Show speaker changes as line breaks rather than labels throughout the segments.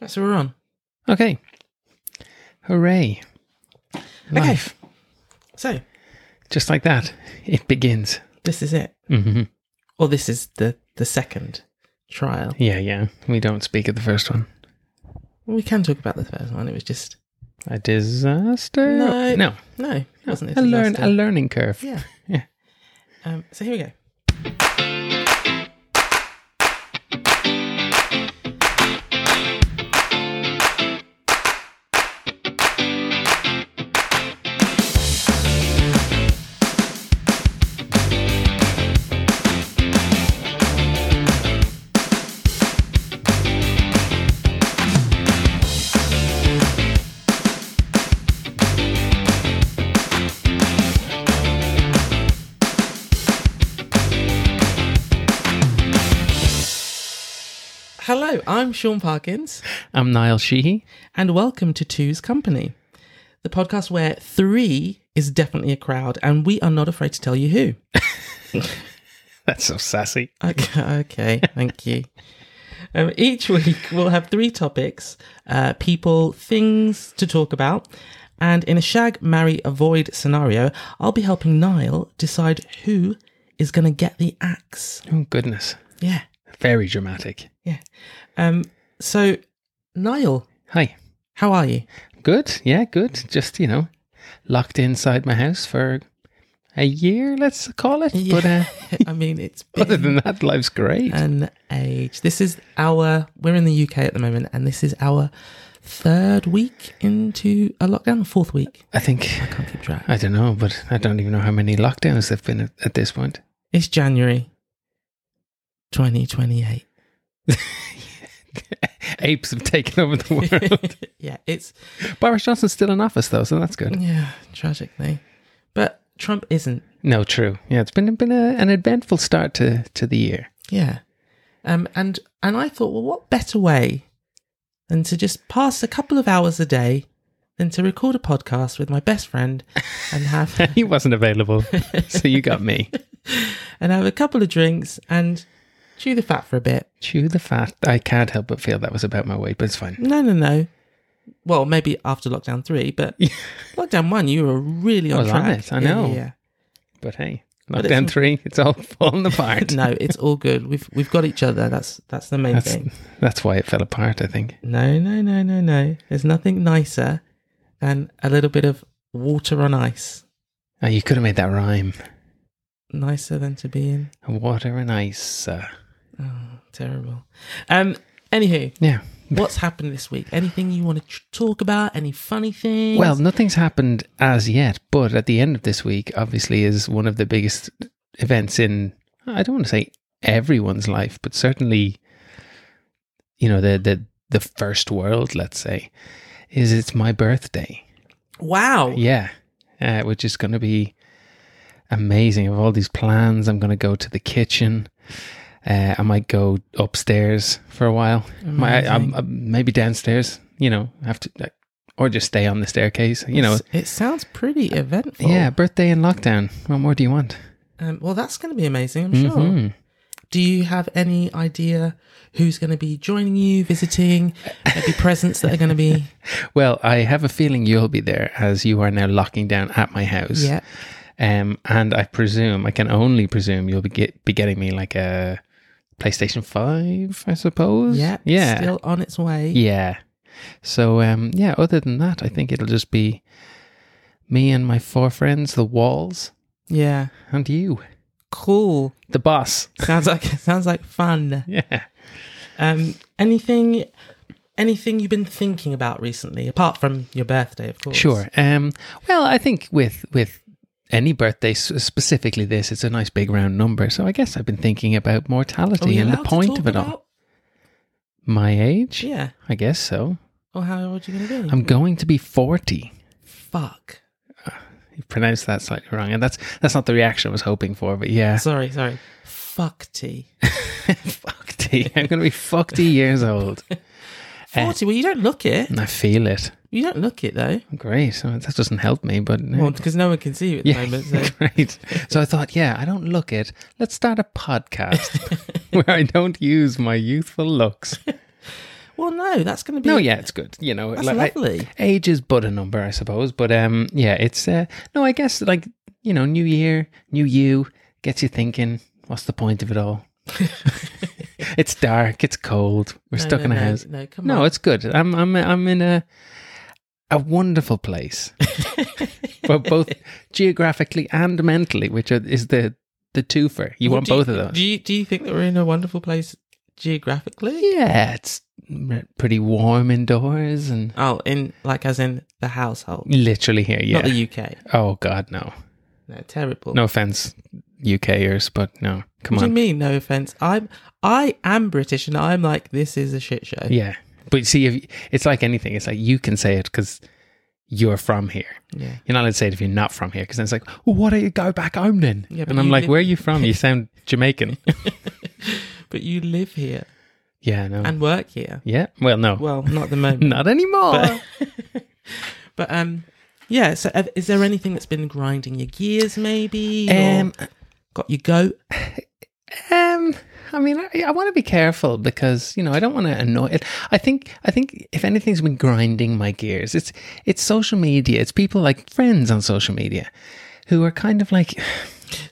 That's what we're on.
Okay. Hooray. Life.
So
Just like that, it begins.
this is it.
hmm
Or this is the the second trial.
Yeah, yeah. We don't speak of the first one.
We can talk about the first one. It was just
A disaster?
No.
No.
no, it wasn't it?
A, learn,
Last
a
time.
learning curve.
Yeah.
Yeah.
Um, so here we go. Hello, I'm Sean Parkins,
I'm Niall Sheehy.
and welcome to Two's Company, the podcast where three is definitely a crowd, and we are not afraid to tell you who.
That's so sassy.
Okay, okay thank you. Um, each week, we'll have three topics uh, people, things to talk about. And in a shag, marry, avoid scenario, I'll be helping Niall decide who is going to get the axe.
Oh, goodness.
Yeah,
Very dramatic.
yeah. Um, so, Niall,
Hi.
how are you?
Good. Yeah, good. Just, you know, locked inside my house for a year, let's call it.
Yeah.
But uh,
I mean, it's
other
been
than that, life's great.
an age. This is our, we're in the UK at the moment, and this is our third week into a lockdown, fourth week.
I think,
I can't keep track.
I don't know, but I don't even know how many lockdowns there've been at, at this point.
It's January 2028.
apes have taken over the world.
yeah, it's
Boris Johnson's still in office though, so that's good.
yeah, tragically. But Trump isn't.
No, true. Yeah, it's been been a, an eventful start to to the year.
Yeah. Um and and I thought, well, what better way than to just pass a couple of hours a day than to record a podcast with my best friend and have
He wasn't available, so you got me.
and have a couple of drinks and chew the fat for a bit.
Chew the fat. I can't help but feel that was about my weight, but it's fine.
No, no, no. Well, maybe after lockdown three, but lockdown one, you were really on
I was on
track.
it, I
Yeah, yeah,
know.
yeah.
But hey,
it's
lockdown
not-
three, it's all falling apart.
no, it's all good. We've we've got each other. That's that's the main
That's
thing.
that's why it fell apart. I think.
No, no, no, no, no. There's nothing nicer than a little bit of water on ice.
Oh, you could have made that rhyme.
Nicer than to be in.
Water and ice. Uh,
Oh, terrible. Um. Anywho,
yeah.
what's happened this week? Anything you want to tr- talk about? Any funny things?
Well, nothing's happened as yet, but at the end of this week, obviously, is one of the biggest events in, I don't want to say everyone's life, but certainly, you know, the, the, the first world, let's say, is it's my birthday.
wow.
Yeah. Uh, which is going to be amazing. I have all these plans. I'm going to go to the kitchen. Uh, I might go upstairs for a while. My, I,
Amazing.
I, maybe downstairs, you know, have to, like, or just stay on the staircase, you know.
It's- it sounds pretty eventful.
Yeah, birthday in lockdown. What more do you want?
Um, well, that's going to be amazing. I'm sure.
Mhm.
Do you have any idea who's going to be joining you, visiting, maybe presents that are going to be?
Well, I have a feeling you'll be there as you are now locking down at my house.
Yeah.
Um, and I presume, I can only presume you'll be, get, be getting me like a PlayStation 5, I suppose.
Yeah.
Yeah.
Still on its way.
Yeah. So, um, yeah, other than that, I think it'll just be me and my four friends, the walls,
Yeah.
and you,
Cool.
the boss.
Sounds like sounds like fun.
Yeah.
Um anything anything you've been thinking about recently, apart from your birthday, of course.
Sure. Um, well, I think with with any birthday, s- specifically this, it's a nice big round number. So I guess I've been thinking about
Are we
mortality and
Oh,
the
allowed to
point
talk
of it all.
about-
My age?
Yeah.
I guess so.
Or how old are you gonna be?
I'm going to be forty.
Fuck.
You pronounced that slightly wrong, and that's that's not the reaction I was hoping for. But yeah,
Sorry, sorry. Fuck T.
forty. I'm going to be forty years old, Eh.
Forty. well, you don't look it.
and I feel it.
You don't look it though.
Great. So that doesn't help me, but
Well, because no one can see you at the
yeah,
moment. So.
great. So I thought, yeah, I don't look it. Let's start a podcast where I don't use my youthful looks.
Well, no, that's going to be
No, yeah, it's good. You know,
That's
like, I-
lovely.
age is but a number, I suppose. But um, yeah, it's uh, no, I guess like you know, new year, new you gets you thinking. What's the point of it all? it's dark. It's cold. We're
No,
stuck
no,
in a
no,
house.
No, come
No,
on.
it's good. I'm I'm I'm in a a wonderful place, but both geographically and mentally, which are, is the the twofer. You
Well,
want
do
both of those?
Do you do you think that we're in a wonderful place geographically?
yeah, it's pretty warm indoors and
Oh, in like as in the household,
literally here. Yeah.
not the UK.
oh God, no.
No, terrible.
No offense, UKers, but no, come
What do you
on.
mean? No offense. I'm I am British, and I'm like this is a shit show.
Yeah, but you see, if, it's like anything. It's like you can say it because you're from here.
Yeah.
You're not allowed to say it if you're not from here because then it's like, well, why don't you go back home then?
Yeah, but
and I'm
you
like,
live-
where are you from? You sound Jamaican.
But you live here
yeah, no.
and work here.
yeah, well, no,
Well, not at the moment.
not anymore.
But, but um, yeah. So uh, is there anything that's been grinding your gears? Maybe or
um,
got your goat?
Um, I mean, I, I want to be careful because you know I don't want to annoy it. I think I think if anything's been grinding my gears, it's it's social media. It's people like friends on social media who are kind of like,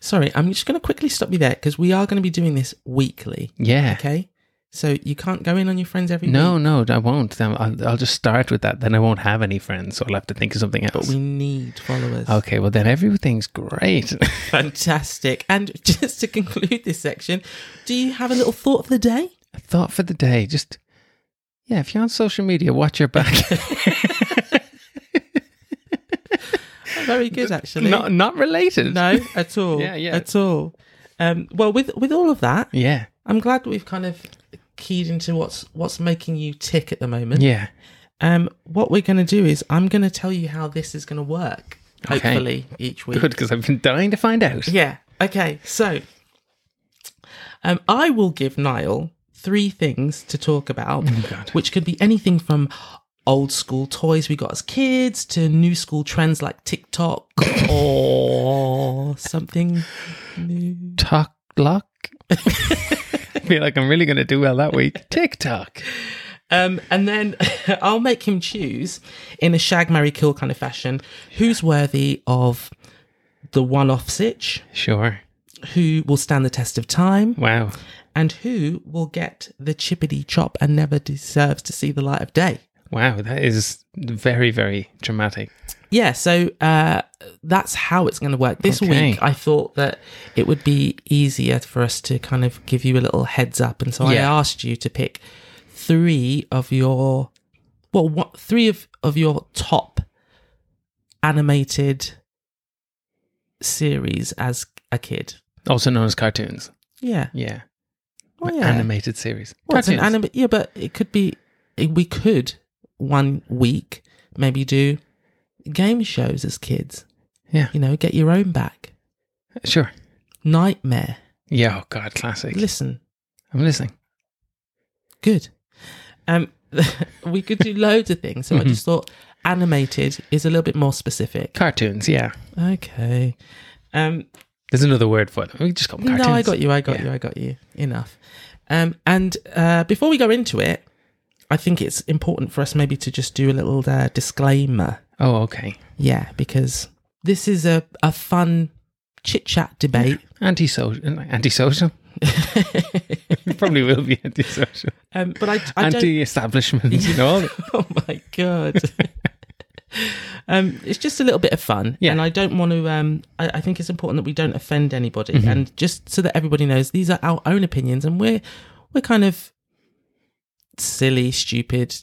Sorry, I'm just going to quickly stop you there because we are going to be doing this weekly.
yeah,
Okay, so you can't go in on your friends every
no,
week,
no, I won't. Then I'll, I'll just start with that. Then I won't have any friends, so I'll have to think of something
but
else.
we need followers.
okay, well then everything's great.
Fantastic. And just to conclude this section, do you have a little thought of the day?
Thought for the day, just yeah. If you're on social media, watch your back.
Very good, actually.
not not related.
no, at all.
Yeah, yeah.
At all. Um, well, with with all of that,
Yeah,
I'm glad that we've kind of keyed into what's what's making you tick at the moment.
yeah.
Um, what we're going to do is I'm going to tell you how this is going to work.
Okay.
Hopefully, each week.
Good because I've been dying to find out.
Yeah. Okay. So, um, I will give Niall three things to talk about,
God.
which could be anything from old school toys we got as kids to new school trends like TikTok or something new.
Talk lock. I feel like I'm really going to do well that week. TikTok.
Um, and then I'll make him choose in a shag, marry, kill kind of fashion who's worthy of the one off sitch,
Sure.
who will stand the test of time.
Wow.
and who will get the chippity chop and never deserves to see the light of day.
Wow. That is very, very dramatic.
Yeah, so uh, that's how it's going to work. This
Okay.
week, I thought that it would be easier for us to kind of give you a little heads up, and so I
Yeah.
asked you to pick three of your well, what three of of your top animated series as a kid.
Also known as cartoons.
Yeah,
Yeah.
Well, Oh, yeah.
Animated series.
Well, it's an
Cartoons.
anime. Yeah, but it could be. eh, We could one week maybe do game shows as kids.
Yeah.
You know, get your own back.
sure.
Nightmare.
Yeah. Oh, God. Classic.
Listen,
I'm listening.
good. Um, we could do loads of things.
Mm-hmm.
So I just thought animated is a little bit more specific.
Cartoons. Yeah.
Okay. Um,
There's another word for it. We just call them cartoons.
No, I got you. I got
Yeah.
you. I got you. Enough. Um, and uh, before we go into it, I think it's important for us maybe to just do a little uh, disclaimer.
Oh, okay.
Yeah, because this is a, a fun chit chat debate.
Antisocial. Antisocial. Probably will be antisocial.
Um, but I, I don't.
Anti-establishment. You know. all the-
Oh my god. um, it's just a little bit of fun,
Yeah.
and I don't want to. Um, I, I think it's important that we don't offend anybody,
Mm-hmm.
and just so that everybody knows, these are our own opinions, and we're we're kind of silly, stupid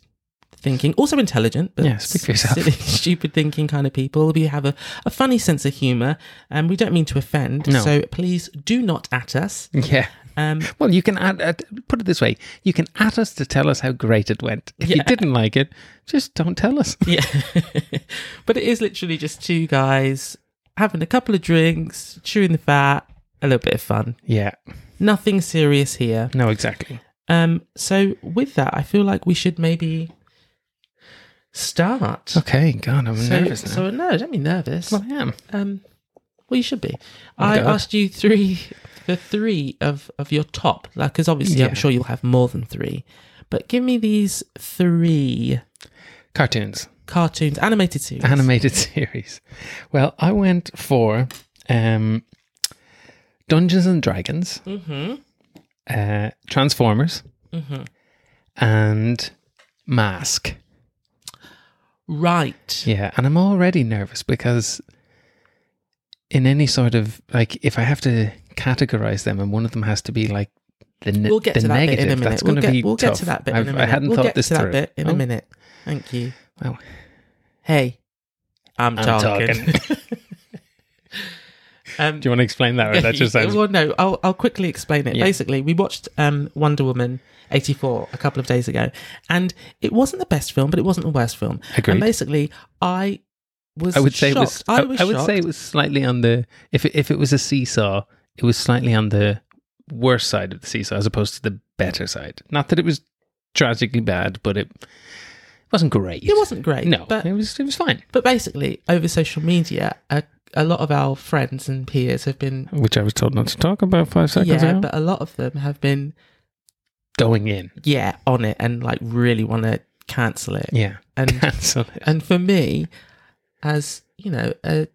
thinking, also intelligent, but
Yeah, speak for
s-
yourself.
silly, stupid thinking kind of people. We have a, a funny sense of humor, and we don't mean to offend.
No.
So please do not at us.
Yeah.
Um,
Well, you can add, add, put it this way: you can at us to tell us how great it went. If you
Yeah.
didn't like it, just don't tell us.
Yeah. but it is literally just two guys having a couple of drinks, chewing the fat, a little bit of fun.
Yeah,
Nothing serious here.
no, exactly.
Um so with that I feel like we should maybe start.
Okay, God, I'm
So,
nervous now.
so no, don't be nervous.
well, I am.
Um well you should be. I
Oh God.
asked you three the three of of your top like cuz obviously
Yeah.
I'm sure you'll have more than 3. But give me these three
Cartoons,
cartoons, animated series.
animated series. Well, I went for um, Dungeons and Dragons,
Mm-hmm.
uh, Transformers,
Mm-hmm.
and Mask.
Right.
Yeah, and I'm already nervous because in any sort of like if I have to categorize them and one of them has to be like the, ne-
We'll get
the
to that
negative,
bit in a minute.
that's
we'll
going to
get,
be
we'll
tough.
get to that bit
I've,
in a
I
minute.
hadn't
we'll
thought
get
this
to that
through.
bit in
Oh,
a minute. Thank you.
Wow.
Hey, I'm,
I'm
talking. um,
Do you want to explain that? Or that just sounds
well, no, I'll, I'll quickly explain it.
Yeah.
Basically, we watched um, Wonder Woman 84 a couple of days ago, and it wasn't the best film, but it wasn't the worst film. And
Agreed.
basically, I was
I would say it was.
shocked. I was
would say
shocked.
it was slightly on the. If it, if it was a seesaw, it was slightly on the worse side of the seesaw as opposed to the better side. Not that it was tragically bad, but it wasn't great.
it wasn't great.
No,
but
it was. It was fine.
But basically, over social media, a, a lot of our friends and peers have been,
Which I was told not to talk about five seconds
yeah,
ago.
but a lot of them have been,
Going in,
yeah, on it and like really want to cancel it.
yeah,
And
cancel it.
and for me, as you know, a,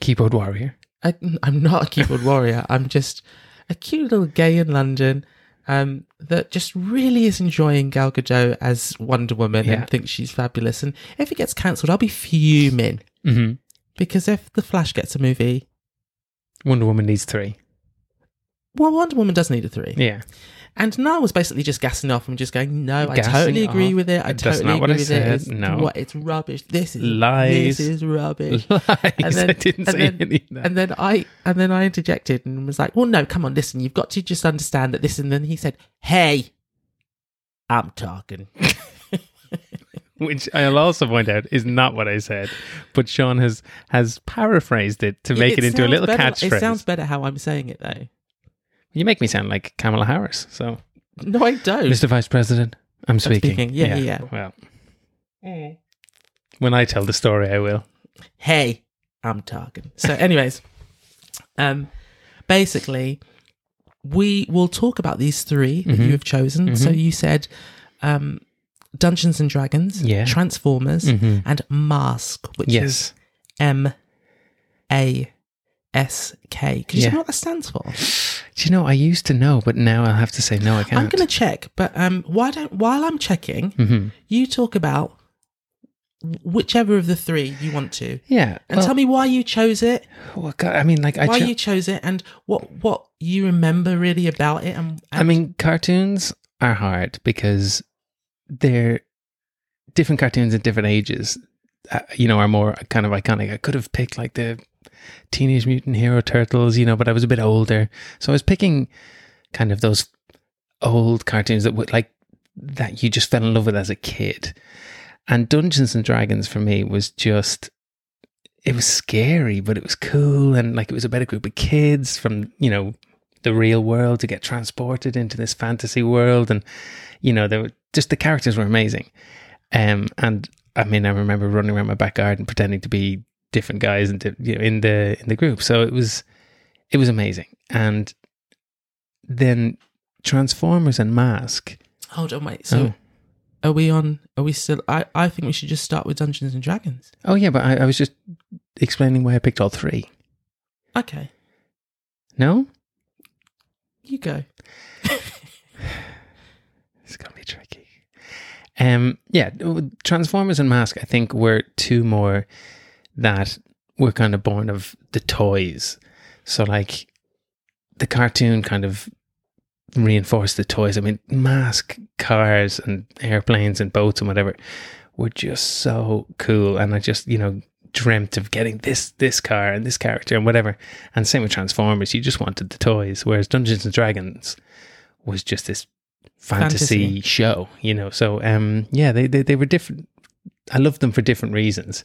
Keyboard warrior.
a, I'm not a keyboard warrior. I'm just a cute little gay in London um, that just really is enjoying Gal Gadot as Wonder Woman
Yeah.
and thinks she's fabulous. And if it gets cancelled, I'll be fuming
Mm-hmm.
because if The Flash gets a movie,
Wonder Woman needs three.
well, Wonder Woman does need a three.
Yeah,
And Niall was basically just gassing off and just going, "No, I
Gassing
totally agree
off.
with it. I
That's
totally
not
agree
what I
with
said.
it. It's,
No.
what, it's rubbish. This is
Lies.
This is rubbish."
lies. I
then- and
didn't say
then-
any of that.
And then I and then I interjected and was like, "Well, no, come on, listen. You've got to just understand that this." And then he said, "Hey, I'm talking."
which I'll also point out is not what I said, but Sean has has paraphrased it to make it, into a
sounds
little
better-
catchphrase.
It sounds better how I'm saying it though.
you make me sound like Kamala Harris. So,
No, I don't.
Mr. Vice President, I'm speaking.
speaking. Yeah, yeah, yeah.
Well, when I tell the story, I will.
hey, I'm talking. So, anyways, um, basically, we will talk about these 3 that
Mm-hmm.
you have chosen. So you said, um, Dungeons and Dragons,
Yeah. Mm-hmm.
Transformers, and Mask, which is
Yes,
M A S K. Can you tell
Yeah.
me what that stands for?
do you know I used to know, but now I'll have to say no. I can't.
I'm going to check, but um, why don't while I'm checking,
Mhm.
you talk about whichever of the three you want to,
Yeah,
and tell me why you chose it
well, God, I mean, like I.
why
cho-
you chose it and what what you remember really about it and,
I mean, cartoons are hard because they're different cartoons at different ages. Uh, you know, are more kind of iconic. I could have picked like the Teenage Mutant Hero Turtles, you know, but I was a bit older, so I was picking kind of those old cartoons that would like that you just fell in love with as a kid. And Dungeons and Dragons for me was just it was scary, but it was cool and like it was about a group of kids from, you know, the real world to get transported into this fantasy world and you know, they were just the characters were amazing. Um and I mean I remember running around my back garden pretending to be different guys and di- you know, in the in the group. So it was it was amazing. And then Transformers and Mask. Oh,
hold on wait so
um,
are we on are we still I, I think we should just start with dungeons and dragons
Oh yeah, but I, I was just explaining why I picked all three.
okay
No,
you go
it's gonna be tricky. Um, yeah, Transformers and Mask. I think were two more that were kind of born of the toys. So like, the cartoon kind of reinforced the toys. I mean, Mask cars and airplanes and boats and whatever were just so cool, and I just you know dreamt of getting this this car and this character and whatever. And same with Transformers, you just wanted the toys, whereas Dungeons and Dragons was just this fantasy,
Fantasy.
show, you know. So um yeah, they, they they were different. I loved them for different reasons,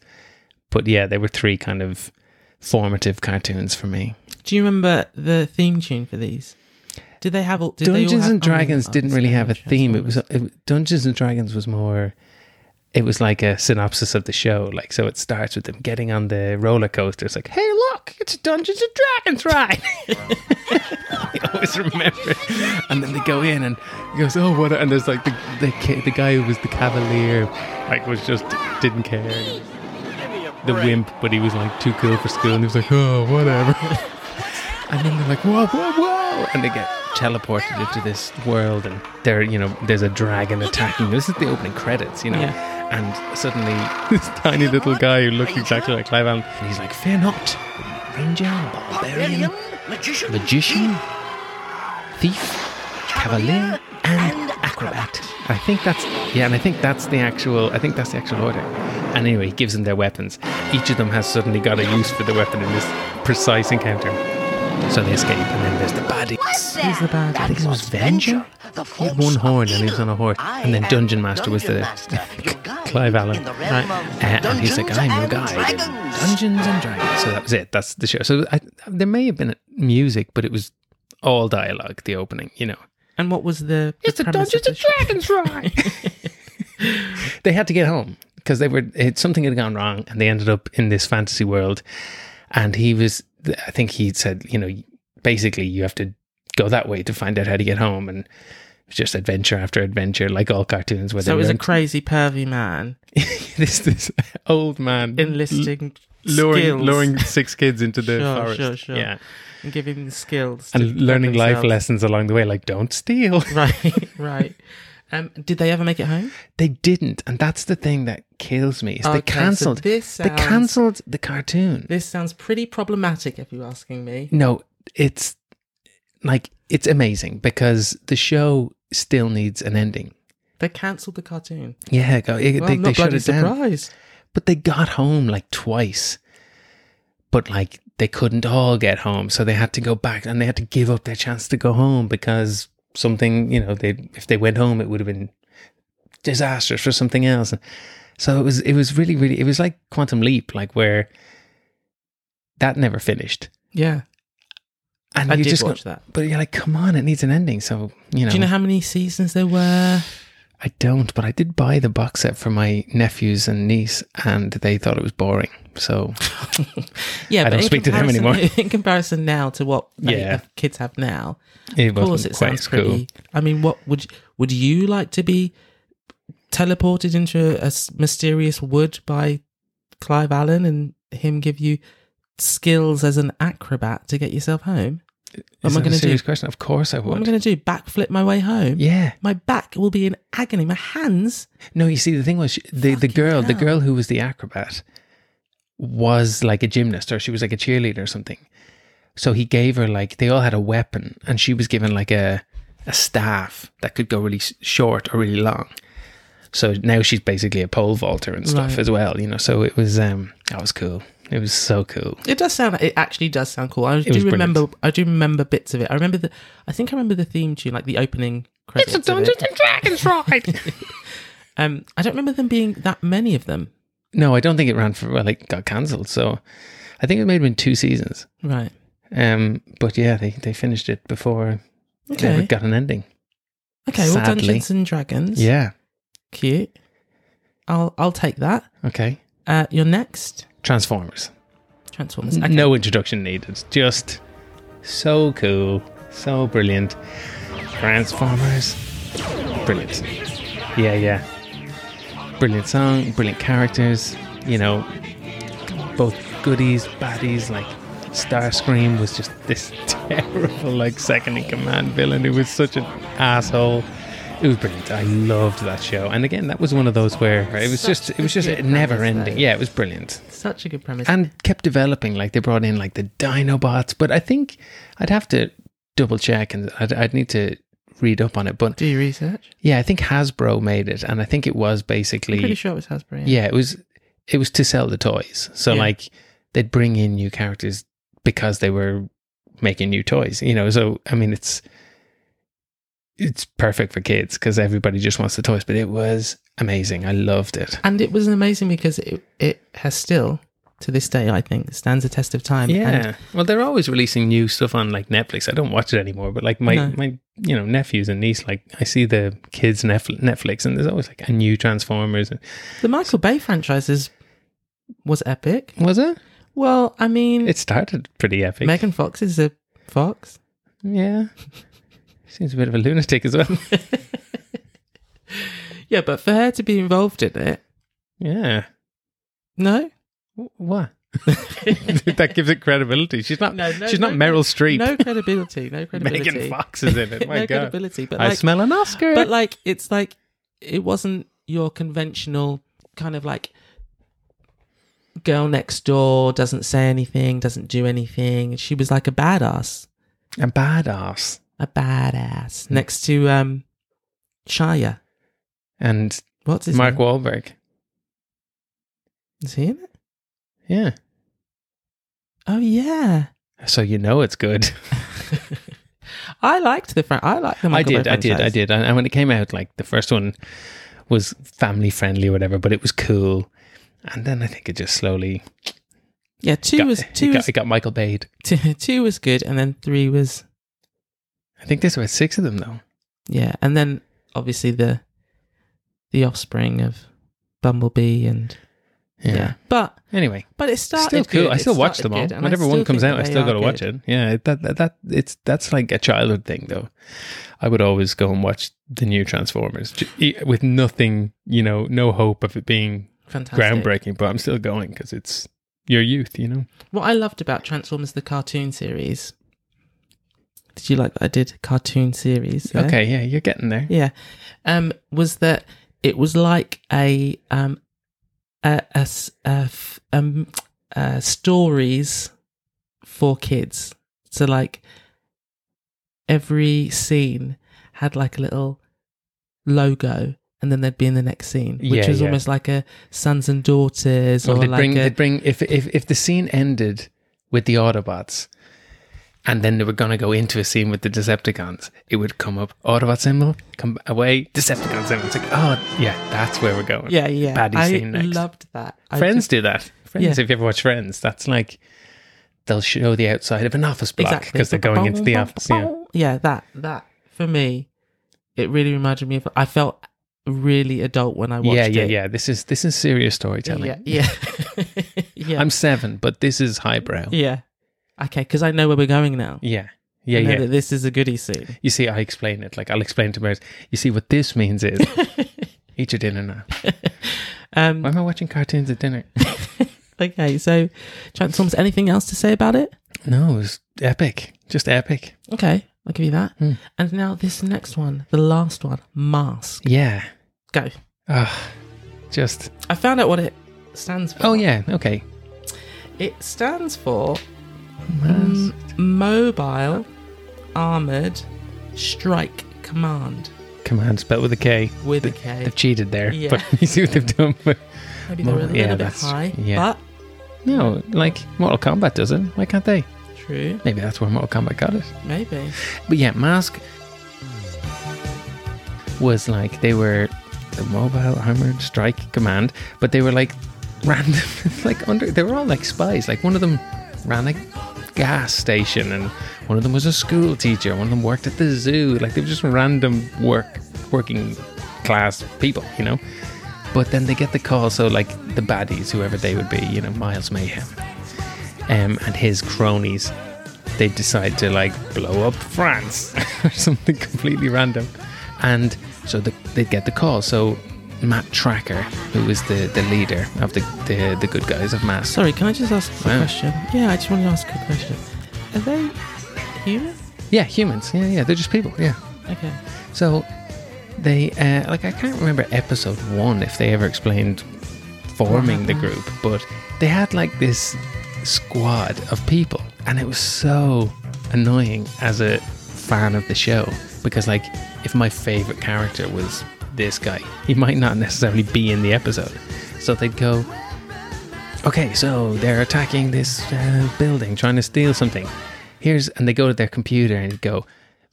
but yeah, they were three kind of formative cartoons for me.
do you remember the theme tune for these did they have all did they all
Dungeons
have-
and
oh, no,
Dragons
oh,
didn't
it's
really
not
have a theme. It was
Transformers.
it, Dungeons and Dragons was more it was like a synopsis of the show. Like, so it starts with them getting on the roller coaster. It's like, hey, look, it's a Dungeons and Dragons ride. I always remember it. And then they go in and he goes, oh, what? a-" And there's like the, the, ki- the guy who was the cavalier, like, was just didn't care. The wimp, but he was like too cool for school. And he was like, oh, whatever. And then they're like, whoa, whoa, whoa! And they get teleported into this world, and there, you know, there's a dragon attacking. This is the opening credits, you know.
Yeah.
And suddenly, this tiny little guy who looks exactly like Clive Allen, and he's like, "Fear not, ranger, barbarian,
Magician,
magician, thief, cavalier, and acrobat." I think that's yeah, and I think that's the actual. I think that's the actual order. And anyway, he gives them their weapons. Each of them has suddenly got a use for the weapon in this precise encounter. So they escape, and then there's the baddies.
He's the bad
I think it was Venger. He had one horn and he was on a horse. And then Dungeon Master was the Clive Allen.
Right.
Uh, and he's like, I'm your guide. in Dungeons and Dragons. So that was it. That's the show. So I, there may have been music, but it was all dialogue, the opening, you know.
And what was the? the
It's a
premise of
Dungeons
the
and
show?
Dragons ride. they had to get home because they were it, something had gone wrong, and they ended up in this fantasy world. And he was, I think he said, you know, basically you have to go that way to find out how to get home, and it was just adventure after adventure, like all cartoons. Where
So it
they
was a
weren't-
crazy pervy man
this this old man
enlisting
Mm. luring
skills
luring six kids into the
Sure,
forest,
sure, sure.
yeah,
and giving them skills to
and learning
defend
life
themselves.
lessons along the way, like don't steal.
Right, right. Um, did they ever make it home?
They didn't, and that's the thing that kills me. Is
Okay, so
they cancelled.
this
they
sounds-
cancelled the cartoon.
This sounds pretty problematic, if you're asking me.
no, it's like it's amazing because the show still needs an ending.
They cancelled the cartoon.
Yeah, go. it-
Well,
they,
I'm
they
not
shut
bloody
it down.
surprised.
But they got home like twice. But like they couldn't all get home, so they had to go back and they had to give up their chance to go home because something, you know, they if they went home it would have been disastrous for something else. And so it was it was really, really it was like Quantum Leap, like where that never finished.
Yeah,
And
I
you
did
just go-
watch that.
But you're like, come on, it needs an ending. So you know,
Do you know how many seasons there were?
I don't, but I did buy the box set for my nephews and niece, and they thought it was boring. So
yeah,
I
but
don't
in
speak to them
comparison-
anymore.
In comparison now to what like,
Yeah.
uh, kids have now,
it
of course, it sounds pretty. I mean, what would would you like to be teleported into a s- mysterious wood by Clive Allen and him give you skills as an acrobat to get yourself home? What
Is
am I
that a
going to do?
serious question? Of course I
What am I
would.
going to do? Backflip my way home?
Yeah.
My back will be in agony. My hands.
No, you see, the thing was, she- the, the
Fucking
girl, the
hell.
girl who was the acrobat, was like a gymnast, or she was like a cheerleader or something. So he gave her like they all had a weapon, and she was given like a a staff that could go really s- short or really long. So now she's basically a pole vaulter and stuff
Right.
as well, you know. So it was um that was cool. It was so cool.
It does sound. It actually does sound cool. I
was
do
brilliant.
remember. I do remember bits of it. I remember the. I think I remember the theme tune, like the opening. Credits of it.
and Dragons ride.
Um, I don't remember them being that many of them.
no, I don't think it ran for well, it got cancelled. So I think it may have been two seasons.
Right.
Um, but yeah, they, they finished it before it
Okay.
ever got an ending.
Okay. Well,
Sadly.
Dungeons and Dragons.
Yeah.
Cute. I'll I'll take that.
Okay.
Uh, you're next.
Transformers.
Transformers. Okay.
No introduction needed. Just so cool. So brilliant. Transformers. Brilliant. Yeah, yeah. Brilliant song, brilliant characters, you know, both goodies, baddies, like Starscream was just this terrible, like, second in command villain who was such an asshole. It was brilliant. I loved that show. And again, that was one of those where it was
Such
just, it was
a
just
good
never
premise,
ending.
though.
Yeah, it was brilliant
Such a good premise.
and kept developing. Like they brought in like the Dinobots, but I think I'd have to double check and I'd, I'd need to read up on it. But
do your research.
yeah, I think Hasbro made it, and I think it was
I'm pretty
basically
sure it was Hasbro.
yeah, it was it was to sell the toys. So
Yeah.
like they'd bring in new characters because they were making new toys. You know, so I mean it's it's perfect for kids because everybody just wants the toys. But it was amazing. I loved it.
And it was amazing because it it has still to this day, I think, stands the test of time. And
Yeah. well, they're always releasing new stuff on like Netflix. I don't watch it anymore, but like my
No.
my you know nephews and niece, like I see the kids Netflix, Netflix, and there's always like a new Transformers. And,
the Michael Bay franchise is, was epic.
was it?
Well, I mean,
It started pretty epic.
Megan Fox is a fox.
yeah. Seems a bit of a lunatic as well.
Yeah, but for her to be involved in it,
yeah.
no,
W- What? that gives it credibility. She's not.
No, no,
she's not
no,
Meryl Streep.
no credibility, no credibility.
Megan Fox is in it. My
no
God.
credibility, but
I
like,
smell an Oscar.
but like, it's like it wasn't your conventional kind of like girl next door doesn't say anything, doesn't do anything. She was like a badass,
a badass.
a badass next to um Shia.
And
What's his
Mark
name?
Wahlberg.
Is he in it?
Yeah.
Oh yeah,
So you know it's good.
I liked the fran- I liked the
I
Michael
did,
Bay
I did, I
franchise.
did. And and when it came out, like the first one was family friendly or whatever, but it was cool. And then I think it just slowly
Yeah, two
got,
was two
it,
was
got, it got Michael Bade.
two, two was good, and then three was
I think there's about six of them though.
yeah, and then obviously the the offspring of Bumblebee and
Yeah.
yeah, but
Anyway,
but it started
still cool.
good.
I
It
still watch
started
them all.
good, and I
Whenever
still
one comes
think
out, I
that they
still got to
are
watch
good.
it. Yeah, it- that, that that it's that's like a childhood thing though. I would always go and watch the new Transformers j- e- with nothing, you know, no hope of it being
Fantastic.
groundbreaking, but I'm still going because it's your youth, you know.
What I loved about Transformers the cartoon series. Did you like that I did cartoon series? there?
Okay, yeah, you're getting there.
Yeah. Um, was that it was like a um a, a s- a f- um uh, stories for kids. So like every scene had like a little logo. And then they'd be in the next scene, which
Yeah,
was
yeah.
almost like a sons and daughters,
Well,
or
they'd
like
bring,
a,
they'd bring if, if if the scene ended with the Autobots, and then they were gonna go into a scene with the Decepticons, it would come up Autobot symbol, come away Decepticon symbol. It's like, oh yeah, that's where we're going.
yeah, yeah.
baddie
I
scene next.
loved that. I
Friends
just-
do that. Friends,
Yeah.
if you ever watch Friends, that's like they'll show the outside of an office block
Exactly.
because they're going into the office. Yeah.
Yeah, that that for me, it really reminded me of. I felt really adult when I watched
Yeah, yeah,
it.
yeah. This is this is serious storytelling.
yeah, yeah, yeah.
I'm seven, but this is highbrow.
yeah. Okay, because I know where we're going now.
Yeah.
I
Yeah,
know
yeah.
that this is a goodie scene.
You see, I explain it. Like, I'll explain to Mary. You see, what this means is eat your dinner now.
Um,
Why am I watching cartoons at dinner?
okay, so Transformers. Anything else to say about it?
No, it was epic. Just epic.
Okay, I'll give you that.
Hmm.
And now this next one, the last one, Mask.
Yeah.
Go.
Ah, just.
I found out what it stands for.
Oh, yeah. Okay.
It stands for M- Mm, mobile armored strike command
Command spelled with a K.
with a
They've
K.
cheated there.
Yeah.
But you see what they've done. But
Maybe they're a
Well,
little
yeah,
bit
that's-
high,
yeah. no, like, Mortal Kombat does it. Why can't they?
but true,
Maybe that's where Mortal Kombat got it.
maybe.
But yeah, Mask was like they were the mobile armored strike command, but they were like random, like under. They were all like spies. Like one of them ran a gas station, and one of them was a school teacher. One of them worked at the zoo. Like they were just random work, working class people, you know. But then they get the call, so like the baddies, whoever they would be, you know, Miles Mayhem, um, and his cronies they decide to like blow up France or something completely random. And so the, they get the call. So Matt Tracker, who was the, the leader of the, the, the good guys of Mass.
Sorry, can I just ask a
Wow.
question? Yeah, I just want to ask a question. Are they human?
Yeah, humans. Yeah, yeah, they're just people. Yeah.
Okay.
So they, uh, like, I can't remember episode one if they ever explained forming the group, but they had like this squad of people, and it was so annoying as a fan of the show because, like, if my favorite character was this guy, he might not necessarily be in the episode. So they'd go, okay, so they're attacking this uh, building, trying to steal something. Here's, and they go to their computer and go,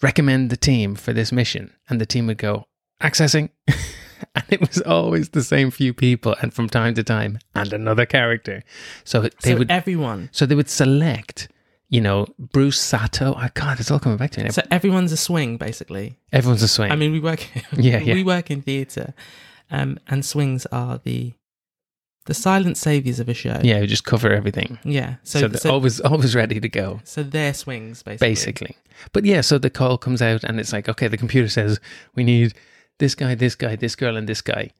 recommend the team for this mission. And the team would go, accessing. and it was always the same few people, and from time to time, and another character. So they
so e-
would,
everyone.
so they would select, you know, Bruce Sato. I God, it's all coming back to me. now.
So everyone's a swing, basically.
Everyone's a swing.
I mean, we work.
Yeah, yeah.
We work in theatre, um, and swings are the the silent saviors of a show.
yeah, we just cover everything.
Yeah. So
So,
so,
they're
so,
always, always ready to go.
they're swings, basically.
basically. But yeah, so the call comes out and it's like, okay, the computer says we need this guy, this guy, this girl, and this guy.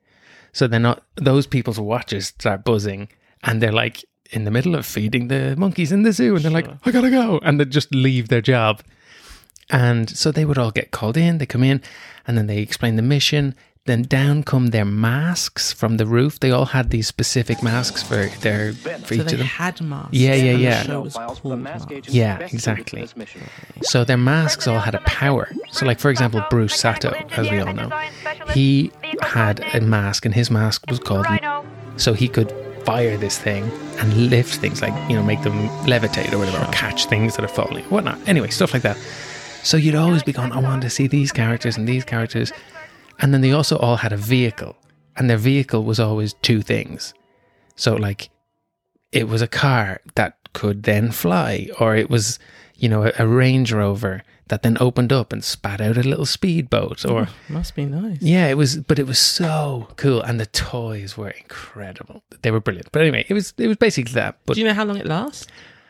So then not those people's watches start buzzing and they're like in the middle of feeding the monkeys in the zoo and they're
Sure.
like, I gotta go. And they just leave their job. And so they would all get called in, they come in and then they explain the mission. Then down come their masks from the roof. They all had these specific masks for their
So
for each
they
of them.
had masks.
Yeah, yeah,
and
yeah.
The show was
Files for
called
mask
Masks.
agents
Yeah,
best suited
exactly.
for this mission.
So their masks all had a power. So, like for example, Bruce Sato, as we all know, he had a mask, and his mask was called
Rhino.
so he could fire this thing and lift things, like you know, make them levitate or whatever, or catch things that are falling, whatnot. Anyway, stuff like that. So you'd always be going, I want to see these characters and these characters, and then they also all had a vehicle, and their vehicle was always two things. So like, it was a car that could then fly, or it was, you know, a, a Range Rover that then opened up and spat out a little speedboat, or.
Must be nice.
Yeah, it was, but it was so cool, and the toys were incredible. They were brilliant. But anyway, it was it was basically that. But
Do you know how long it lasts?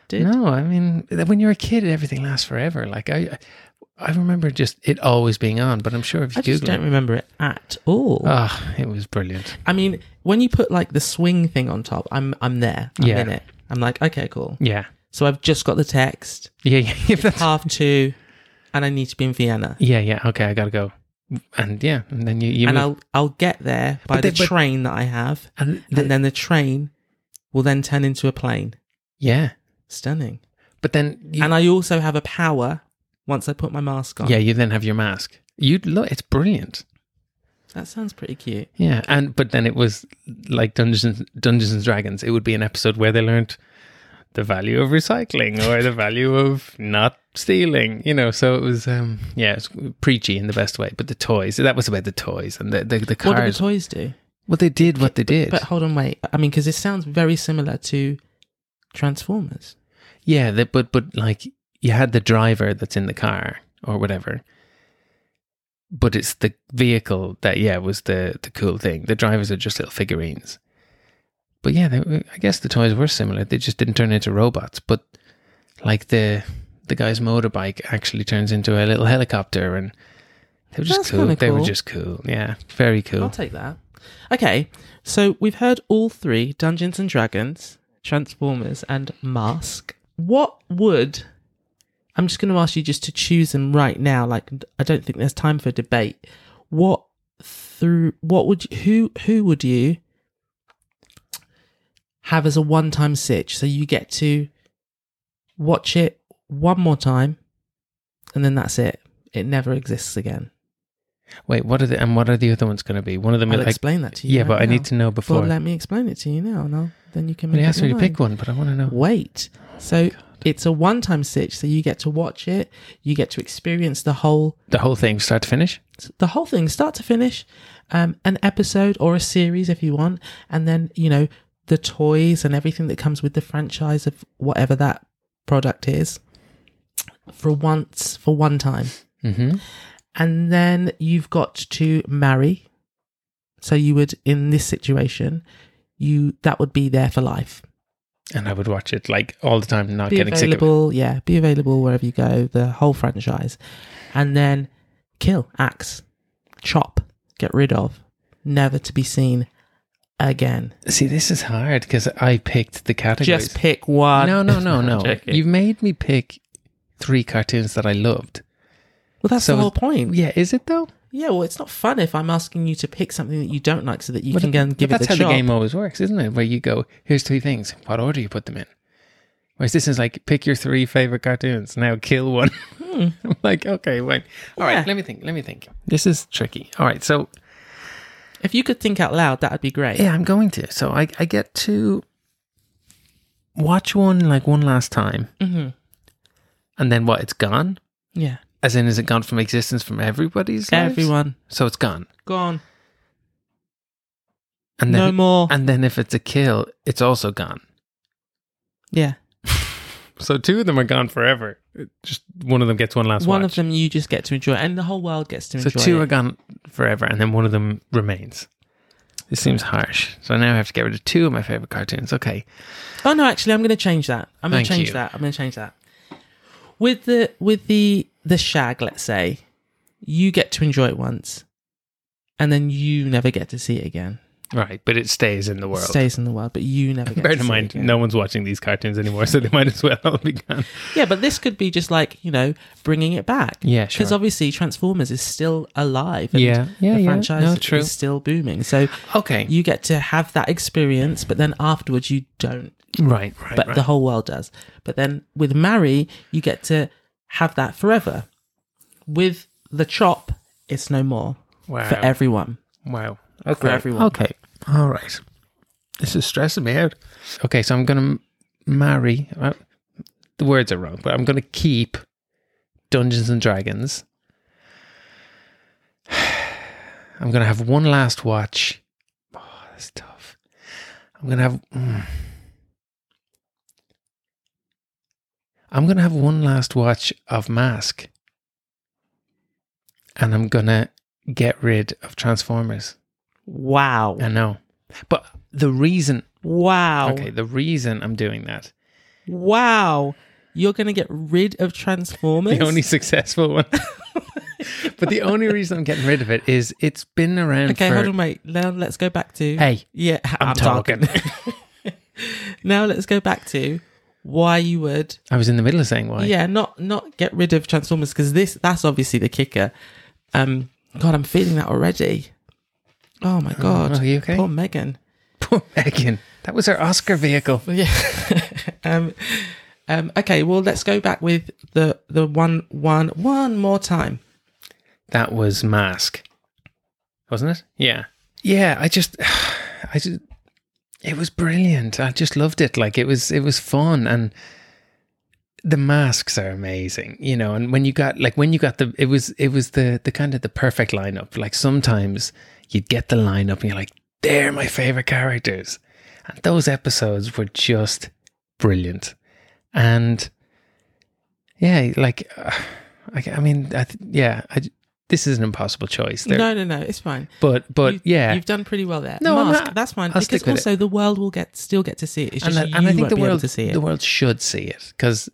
Did
no, I mean, when you're a kid, everything lasts forever. Like I, I remember just it always being on. But I'm sure if you
I just
Google,
don't
it,
remember it at all.
ah, it was brilliant.
I mean, when you put like the swing thing on top, I'm I'm there. I'm
Yeah.
in it. I'm like, okay, cool.
Yeah,
So I've just got the text,
yeah, yeah. If that's
half two, and I need to be in Vienna.
yeah, yeah. Okay, I gotta go. And yeah, and then you you
and
move-
I'll I'll get there by
But they-
the
but-
train that I have,
and
and then the train will then turn into a plane.
yeah,
Stunning.
but then you,
And I also have a power once I put my mask on.
yeah, you then have your mask. You look, it's brilliant.
that sounds pretty cute.
Yeah, and but then it was like Dungeons Dungeons and Dragons. It would be an episode where they learnt the value of recycling or the value of not stealing. You know, so it was um yeah, it was preachy in the best way. But the toys that was about the toys and the the, the
What do the
cars.
toys do?
well, they did what they did.
But hold on, wait. I mean, because this sounds very similar to Transformers.
yeah, the, but but like you had the driver that's in the car or whatever. But it's the vehicle that yeah was the the cool thing. The drivers are just little figurines. But yeah, they, were- I guess the toys were similar. They just didn't turn into robots. But like the the guy's motorbike actually turns into a little helicopter, and they were just
That's
cool.
kinda
They were
cool.
just cool. Yeah, very
I'll
cool.
take that. Okay, so we've heard all three Dungeons and Dragons, Transformers, and Mask. What would. I'm just going to ask you just to choose them right now. Like, I don't think there's time for debate. What through what would you, who who would you have as a one time sitch? So you get to watch it one more time, and then that's it. It never exists again.
Wait, what are the and what are the other ones going to be? One of them
I'll
like,
explain that to you.
yeah,
right
but I
now.
need to know before.
Well, let me explain it to you now, and I'll, then you can
Well,
make
he
up
asked me
your
to pick
mind.
one, but I want to know.
Wait. So it's a one-time stitch, so you get to watch it. You get to experience the whole,
The whole thing, start to finish.
the whole thing, start to finish, um, an episode or a series if you want, and then you know the toys and everything that comes with the franchise of whatever that product is. For once, for one time,
Mm-hmm.
and then you've got to marry. So you would, in this situation, you that would be there for life.
And I would watch it like all the time, not
be
getting sick of it.
available. Yeah, be available wherever you go. The whole franchise, and then kill, axe, chop, get rid of, never to be seen again.
See, this is hard because I picked the categories.
Just pick one.
no, no, no,
I'm
no.
joking.
You've made me pick three cartoons that I loved.
well, that's
so
the whole
is-
point. Yeah.
Yeah, is it though?
Well, it's not fun if I'm asking you to pick something that you don't like, so that you
But
can go and
but
give it
that's
the
how
chop.
the game always works, isn't it? Where you go, here's three things. What order you put them in? Whereas this is like, pick your three favorite cartoons. Now kill one. I'm like, okay, wait. All right,
Hmm. Yeah.
let me think. Let me think. This is tricky. All right, so
If you could think out loud, that'd be great.
Yeah, I'm going to. So I, I get to watch one like one last time,
Mhm.
and then what? It's gone.
Yeah.
As in, is it gone from existence from everybody's? lives?
Everyone
So it's gone.
gone.
And then
no more.
and then if it's a kill, it's also gone.
yeah.
So two of them are gone forever. It- Just one of them gets one last
One
watch.
of them you just get to enjoy, and the whole world gets to
so
enjoy.
two
it.
are gone forever, and then one of them remains. This seems harsh. So now I have to get rid of two of my favorite cartoons. Okay.
Oh no, actually, I'm going to change that. I'm going
Thank
to change
you.
that. I'm going to change that. With the with the the shag, let's say, you get to enjoy it once, and then you never get to see it again.
Right, but it stays in the
It
world.
stays in the world, but you never get.
Bear
to
in
see
mind,
it again.
no one's watching these cartoons anymore, so they might as well all be gone.
Yeah, but this could be just like you know bringing it back.
Yeah,
Because obviously Transformers is still alive. and
Yeah, yeah,
the
yeah.
franchise
No, true.
is still booming. So
Okay.
you get to have that experience, but then afterwards you don't.
right, right,
but
right.
the whole world does. But then with Marry, you get to have that forever. With the chop, it's no more
wow.
for everyone.
Wow.
For everyone.
Okay. All right. This is stressing me out. Okay, so I'm going to marry. Uh, the words are wrong, but I'm going to keep Dungeons and Dragons. I'm going to have one last watch. Oh, that's tough. I'm going to have. mm. I'm going to have one last watch of Mask. And I'm going to get rid of Transformers.
Wow.
I know. But the reason,
Wow.
okay, the reason I'm doing that,
Wow. You're going to get rid of Transformers?
the only successful one, but the only reason I'm getting rid of it is it's been around
okay,
for.
hold on, wait. Now let's go back to.
Hey,
Yeah,
I'm, talking.
now let's go back to why you would
I was in the middle of saying why.
Yeah, not not get rid of Transformers because this that's obviously the kicker. Um, God, I'm feeling that already. Oh my God,
are you okay?
Poor Megan.
Poor Megan. That was her Oscar vehicle.
Yeah. um, um, okay, well let's go back with the the one one one more time.
That was Mask, wasn't it? Yeah. Yeah. I just, I just, it was brilliant. I just loved it. Like it was, it was fun, and the masks are amazing. You know, and when you got like when you got the, it was, it was the the kind of the perfect lineup. Like sometimes you'd get the lineup, and you're like, they're my favorite characters, and those episodes were just brilliant, and yeah, like. I, I mean, I th- yeah, I, this is an impossible choice there.
No, no, no, it's fine.
but but
You-
yeah,
you've done pretty well there.
No, I'm
Mask,
not-
that's fine.
I'll stick
because
with
also the world will get still get to see it. It's just
that-
you won't
the
be
world
able to see it,
the world should see it because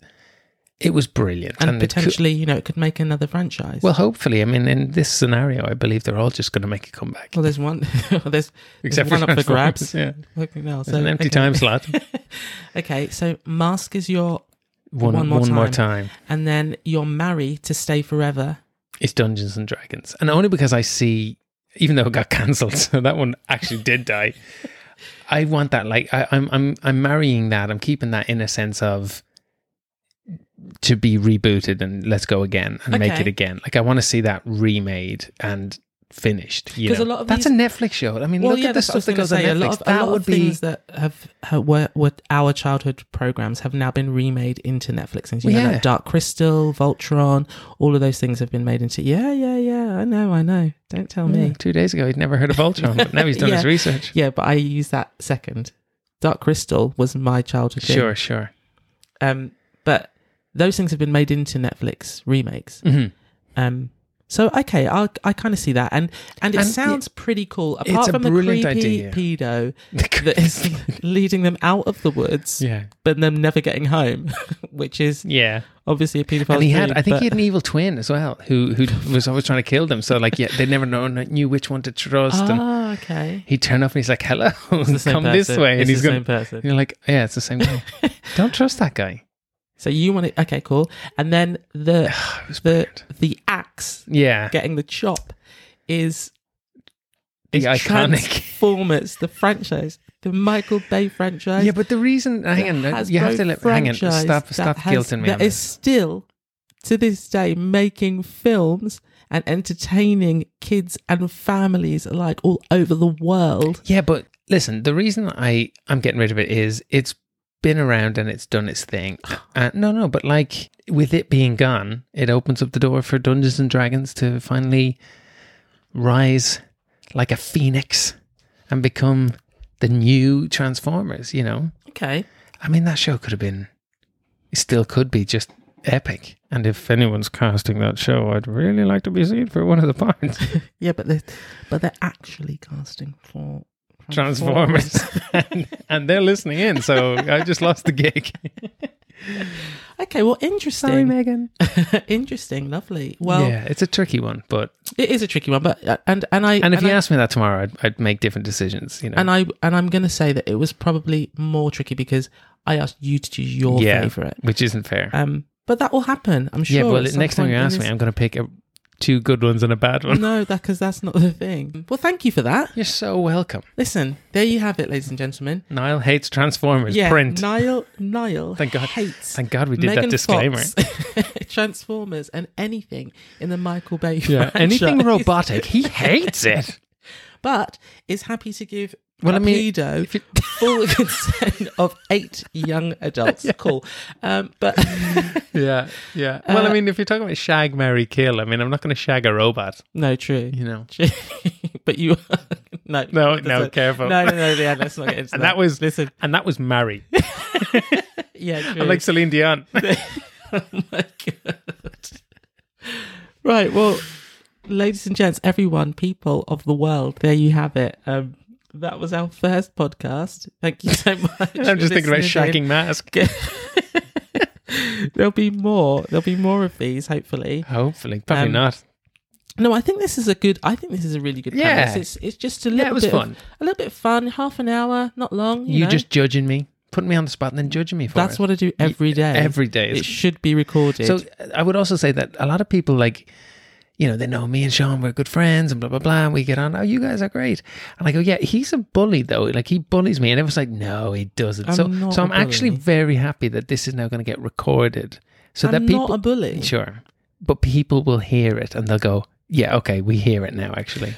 it was brilliant
and,
it could-
potentially, you know, it could make another franchise.
well, hopefully, I mean, in this scenario, I believe they're all just going to make a comeback,
Well, there's one. there's
except
one
for
up for grabs.
Transformers, Yeah,
Fucking hell,
it's
so-
an empty
okay.
time slot.
Okay, so mask is your,
One,
One
one,
more
more,
time.
time.
and then you're married to stay forever.
It's Dungeons and Dragons, and only because I see, even though it got cancelled, so that one actually did die. I want that. Like, I, I'm, I'm, I'm marrying that. I'm keeping that in a sense of to be rebooted and let's go again and make
Okay.
it again. Like, I want to see that remade and finished. You
'Cause a
know,
lot of
that's
these-
a Netflix show. I mean, look at the
that's what I was
stuff that
gonna
goes on
say.
Netflix.
A lot of, a
that
lot of
would be
things that have, have were, were our childhood programs have now been remade into Netflix. And you know,
Yeah.
like Dark Crystal, Voltron, all of those things have been made into. Yeah, yeah, yeah. I know, I know. Don't tell me.
Yeah, Mm, two days ago. He'd never heard of Ultron, but now he's done his
Yeah.
research.
Yeah, but I use that second. Dark Crystal was my childhood. thing.
Sure, sure.
Um, but those things have been made into Netflix remakes.
Mhm.
Um, so okay, I I kind of see that, and and it
And
sounds pretty cool. Apart
a
from the creepy
brilliant idea.
pedo that is leading them out of the woods,
yeah,
but them never getting home, which is
yeah.
obviously a pedophile.
and he had, I think he had an evil twin as well, who who was always trying to kill them. So like, yeah, they never know, knew which one to trust. And
Oh, okay.
he'd turn up and he's like, "Hello,
It's the same
come
person.
this way,"
It's
and he's
the
going.
same person.
You're like, yeah, it's the same guy. Don't trust that guy.
So you want it? Okay, cool. And then the
It was
the
brilliant.
the axe
yeah,
getting the chop is
the
is
iconic.
Transformers, the franchise, the Michael Bay franchise.
Yeah, but the reason, hang on,
Hasbro
you have to let, hang on,
franchise
stop,
that
stop
has-
guilting me.
That
on
is
this.
still to this day making films and entertaining kids and families alike all over the world.
Yeah, but listen, the reason I I'm getting rid of it is it's been around and it's done its thing. Uh, no, no, but like with it being gone, it opens up the door for Dungeons and Dragons to finally rise like a phoenix and become the new Transformers, you know?
Okay.
I mean, that show could have been, it still could be just epic. And if anyone's casting that show, I'd really like to be seen for one of the parts.
Yeah, but they're, but they're actually casting for
Transformers. and, and they're listening in, so I just lost the gig.
Okay, well, interesting.
Megan.
interesting, lovely. Well,
yeah, it's a tricky one, but
it is a tricky one, but uh, and and I
and if you
I,
asked me that tomorrow, I'd, I'd make different decisions. You know,
and I and I'm going to say that it was probably more tricky because I asked you to choose your
yeah,
favorite.
which isn't fair.
Um, but that will happen. I'm sure.
yeah, well,
at some
next time
point
you
in
ask
this-
me, I'm going to pick a, two good ones and a bad one.
no, that because that's not the thing. Well, thank you for that.
You're so welcome.
Listen, there you have it, ladies and gentlemen.
Niall hates Transformers print.
Niall, Niall
Thank God.
hates.
Thank God we did
Megan
that disclaimer.
Fox, Transformers and anything in the Michael Bay
Yeah,
franchise,
anything robotic, he hates it.
but is happy to give
Well,
well,
I
a
mean,
pedo
if you-
full consent of eight young adults. Cool, um, but
Yeah, yeah. well,
Uh,
I mean, if you're talking about shag, marry, kill, I mean, I'm not going to shag a robot.
no, true,
You know.
True. but you no,
No,
that's
no,
it.
careful.
no, no, no, yeah, let's not get into
And that was
listen,
and that was marry.
yeah, true.
I like Celine Dion.
oh my god. Right, well, ladies and gents, everyone, people of the world, there you have it. Um, that was our first podcast. Thank you so much.
I'm just
for
thinking about
listening in.
shagging mask.
There'll be more. There'll be more of these, hopefully.
Hopefully, probably
Um,
not.
No, I think this is a good. I think this is a really good.
Yeah.
premise. it's it's just a little
Yeah, it was
bit of-
fun.
a little bit fun. Half an hour, not long. You,
You
know? Mm.
just judging me, putting me on the spot, and then judging me for
that's
it.
what I do every day.
every day.
it
It's-
should be recorded.
So uh, I would also say that a lot of people like, you know, they know me and Sean, we're good friends and blah, blah, blah. And we get on. Oh, you guys are great. And I go, yeah, he's a bully though. Like he bullies me. And everyone's like, no, he doesn't.
I'm
so
not
so
a
I'm actually
bully.
very happy that this is now going to get recorded so
I'm
that people.
not a bully.
Sure. But people will hear it and they'll go, yeah, okay, we hear it now, actually.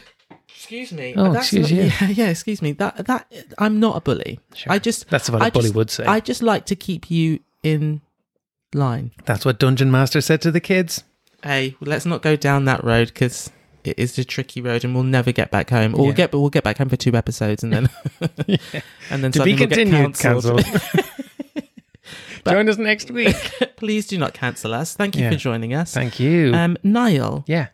Excuse me.
Oh,
That's
excuse
not-
you.
Yeah, yeah, excuse me. That that I'm not a bully.
Sure.
I just
That's what a
I
bully
just-
would say.
I just like to keep you in line.
That's what Dungeon Master said to the kids.
Hey, let's not go down that road because it is a tricky road, and we'll never get back home. Or we'll
Yeah.
get, but we'll get back home for two episodes, and then and then
To
something
be
will get
continued,
cancelled.
cancelled. Join us next week.
Please do not cancel us. Thank you
Yeah.
for joining us.
Thank you.
Um, Niall,
yeah,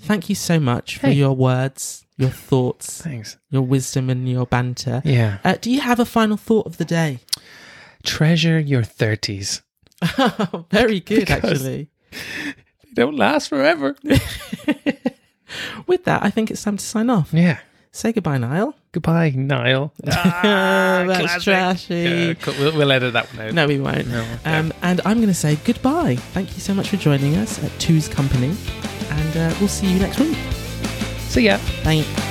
thank you so much for
Hey.
your words, your thoughts,
thanks.
your wisdom, and your banter.
Yeah.
Uh, do you have a final thought of the day?
Treasure your 30s.
Very good,
Because-
actually.
They don't last forever.
With that, I think it's time to sign off.
yeah.
Say goodbye, Niall.
Goodbye, Niall.
Ah, That's
classic.
trashy.
Yeah, cool. we'll, we'll edit that one out.
No, we won't.
No,
Um, and I'm going to say goodbye. Thank you so much for joining us at Two's Company, and uh, we'll see you next week.
So, yeah.
Thanks.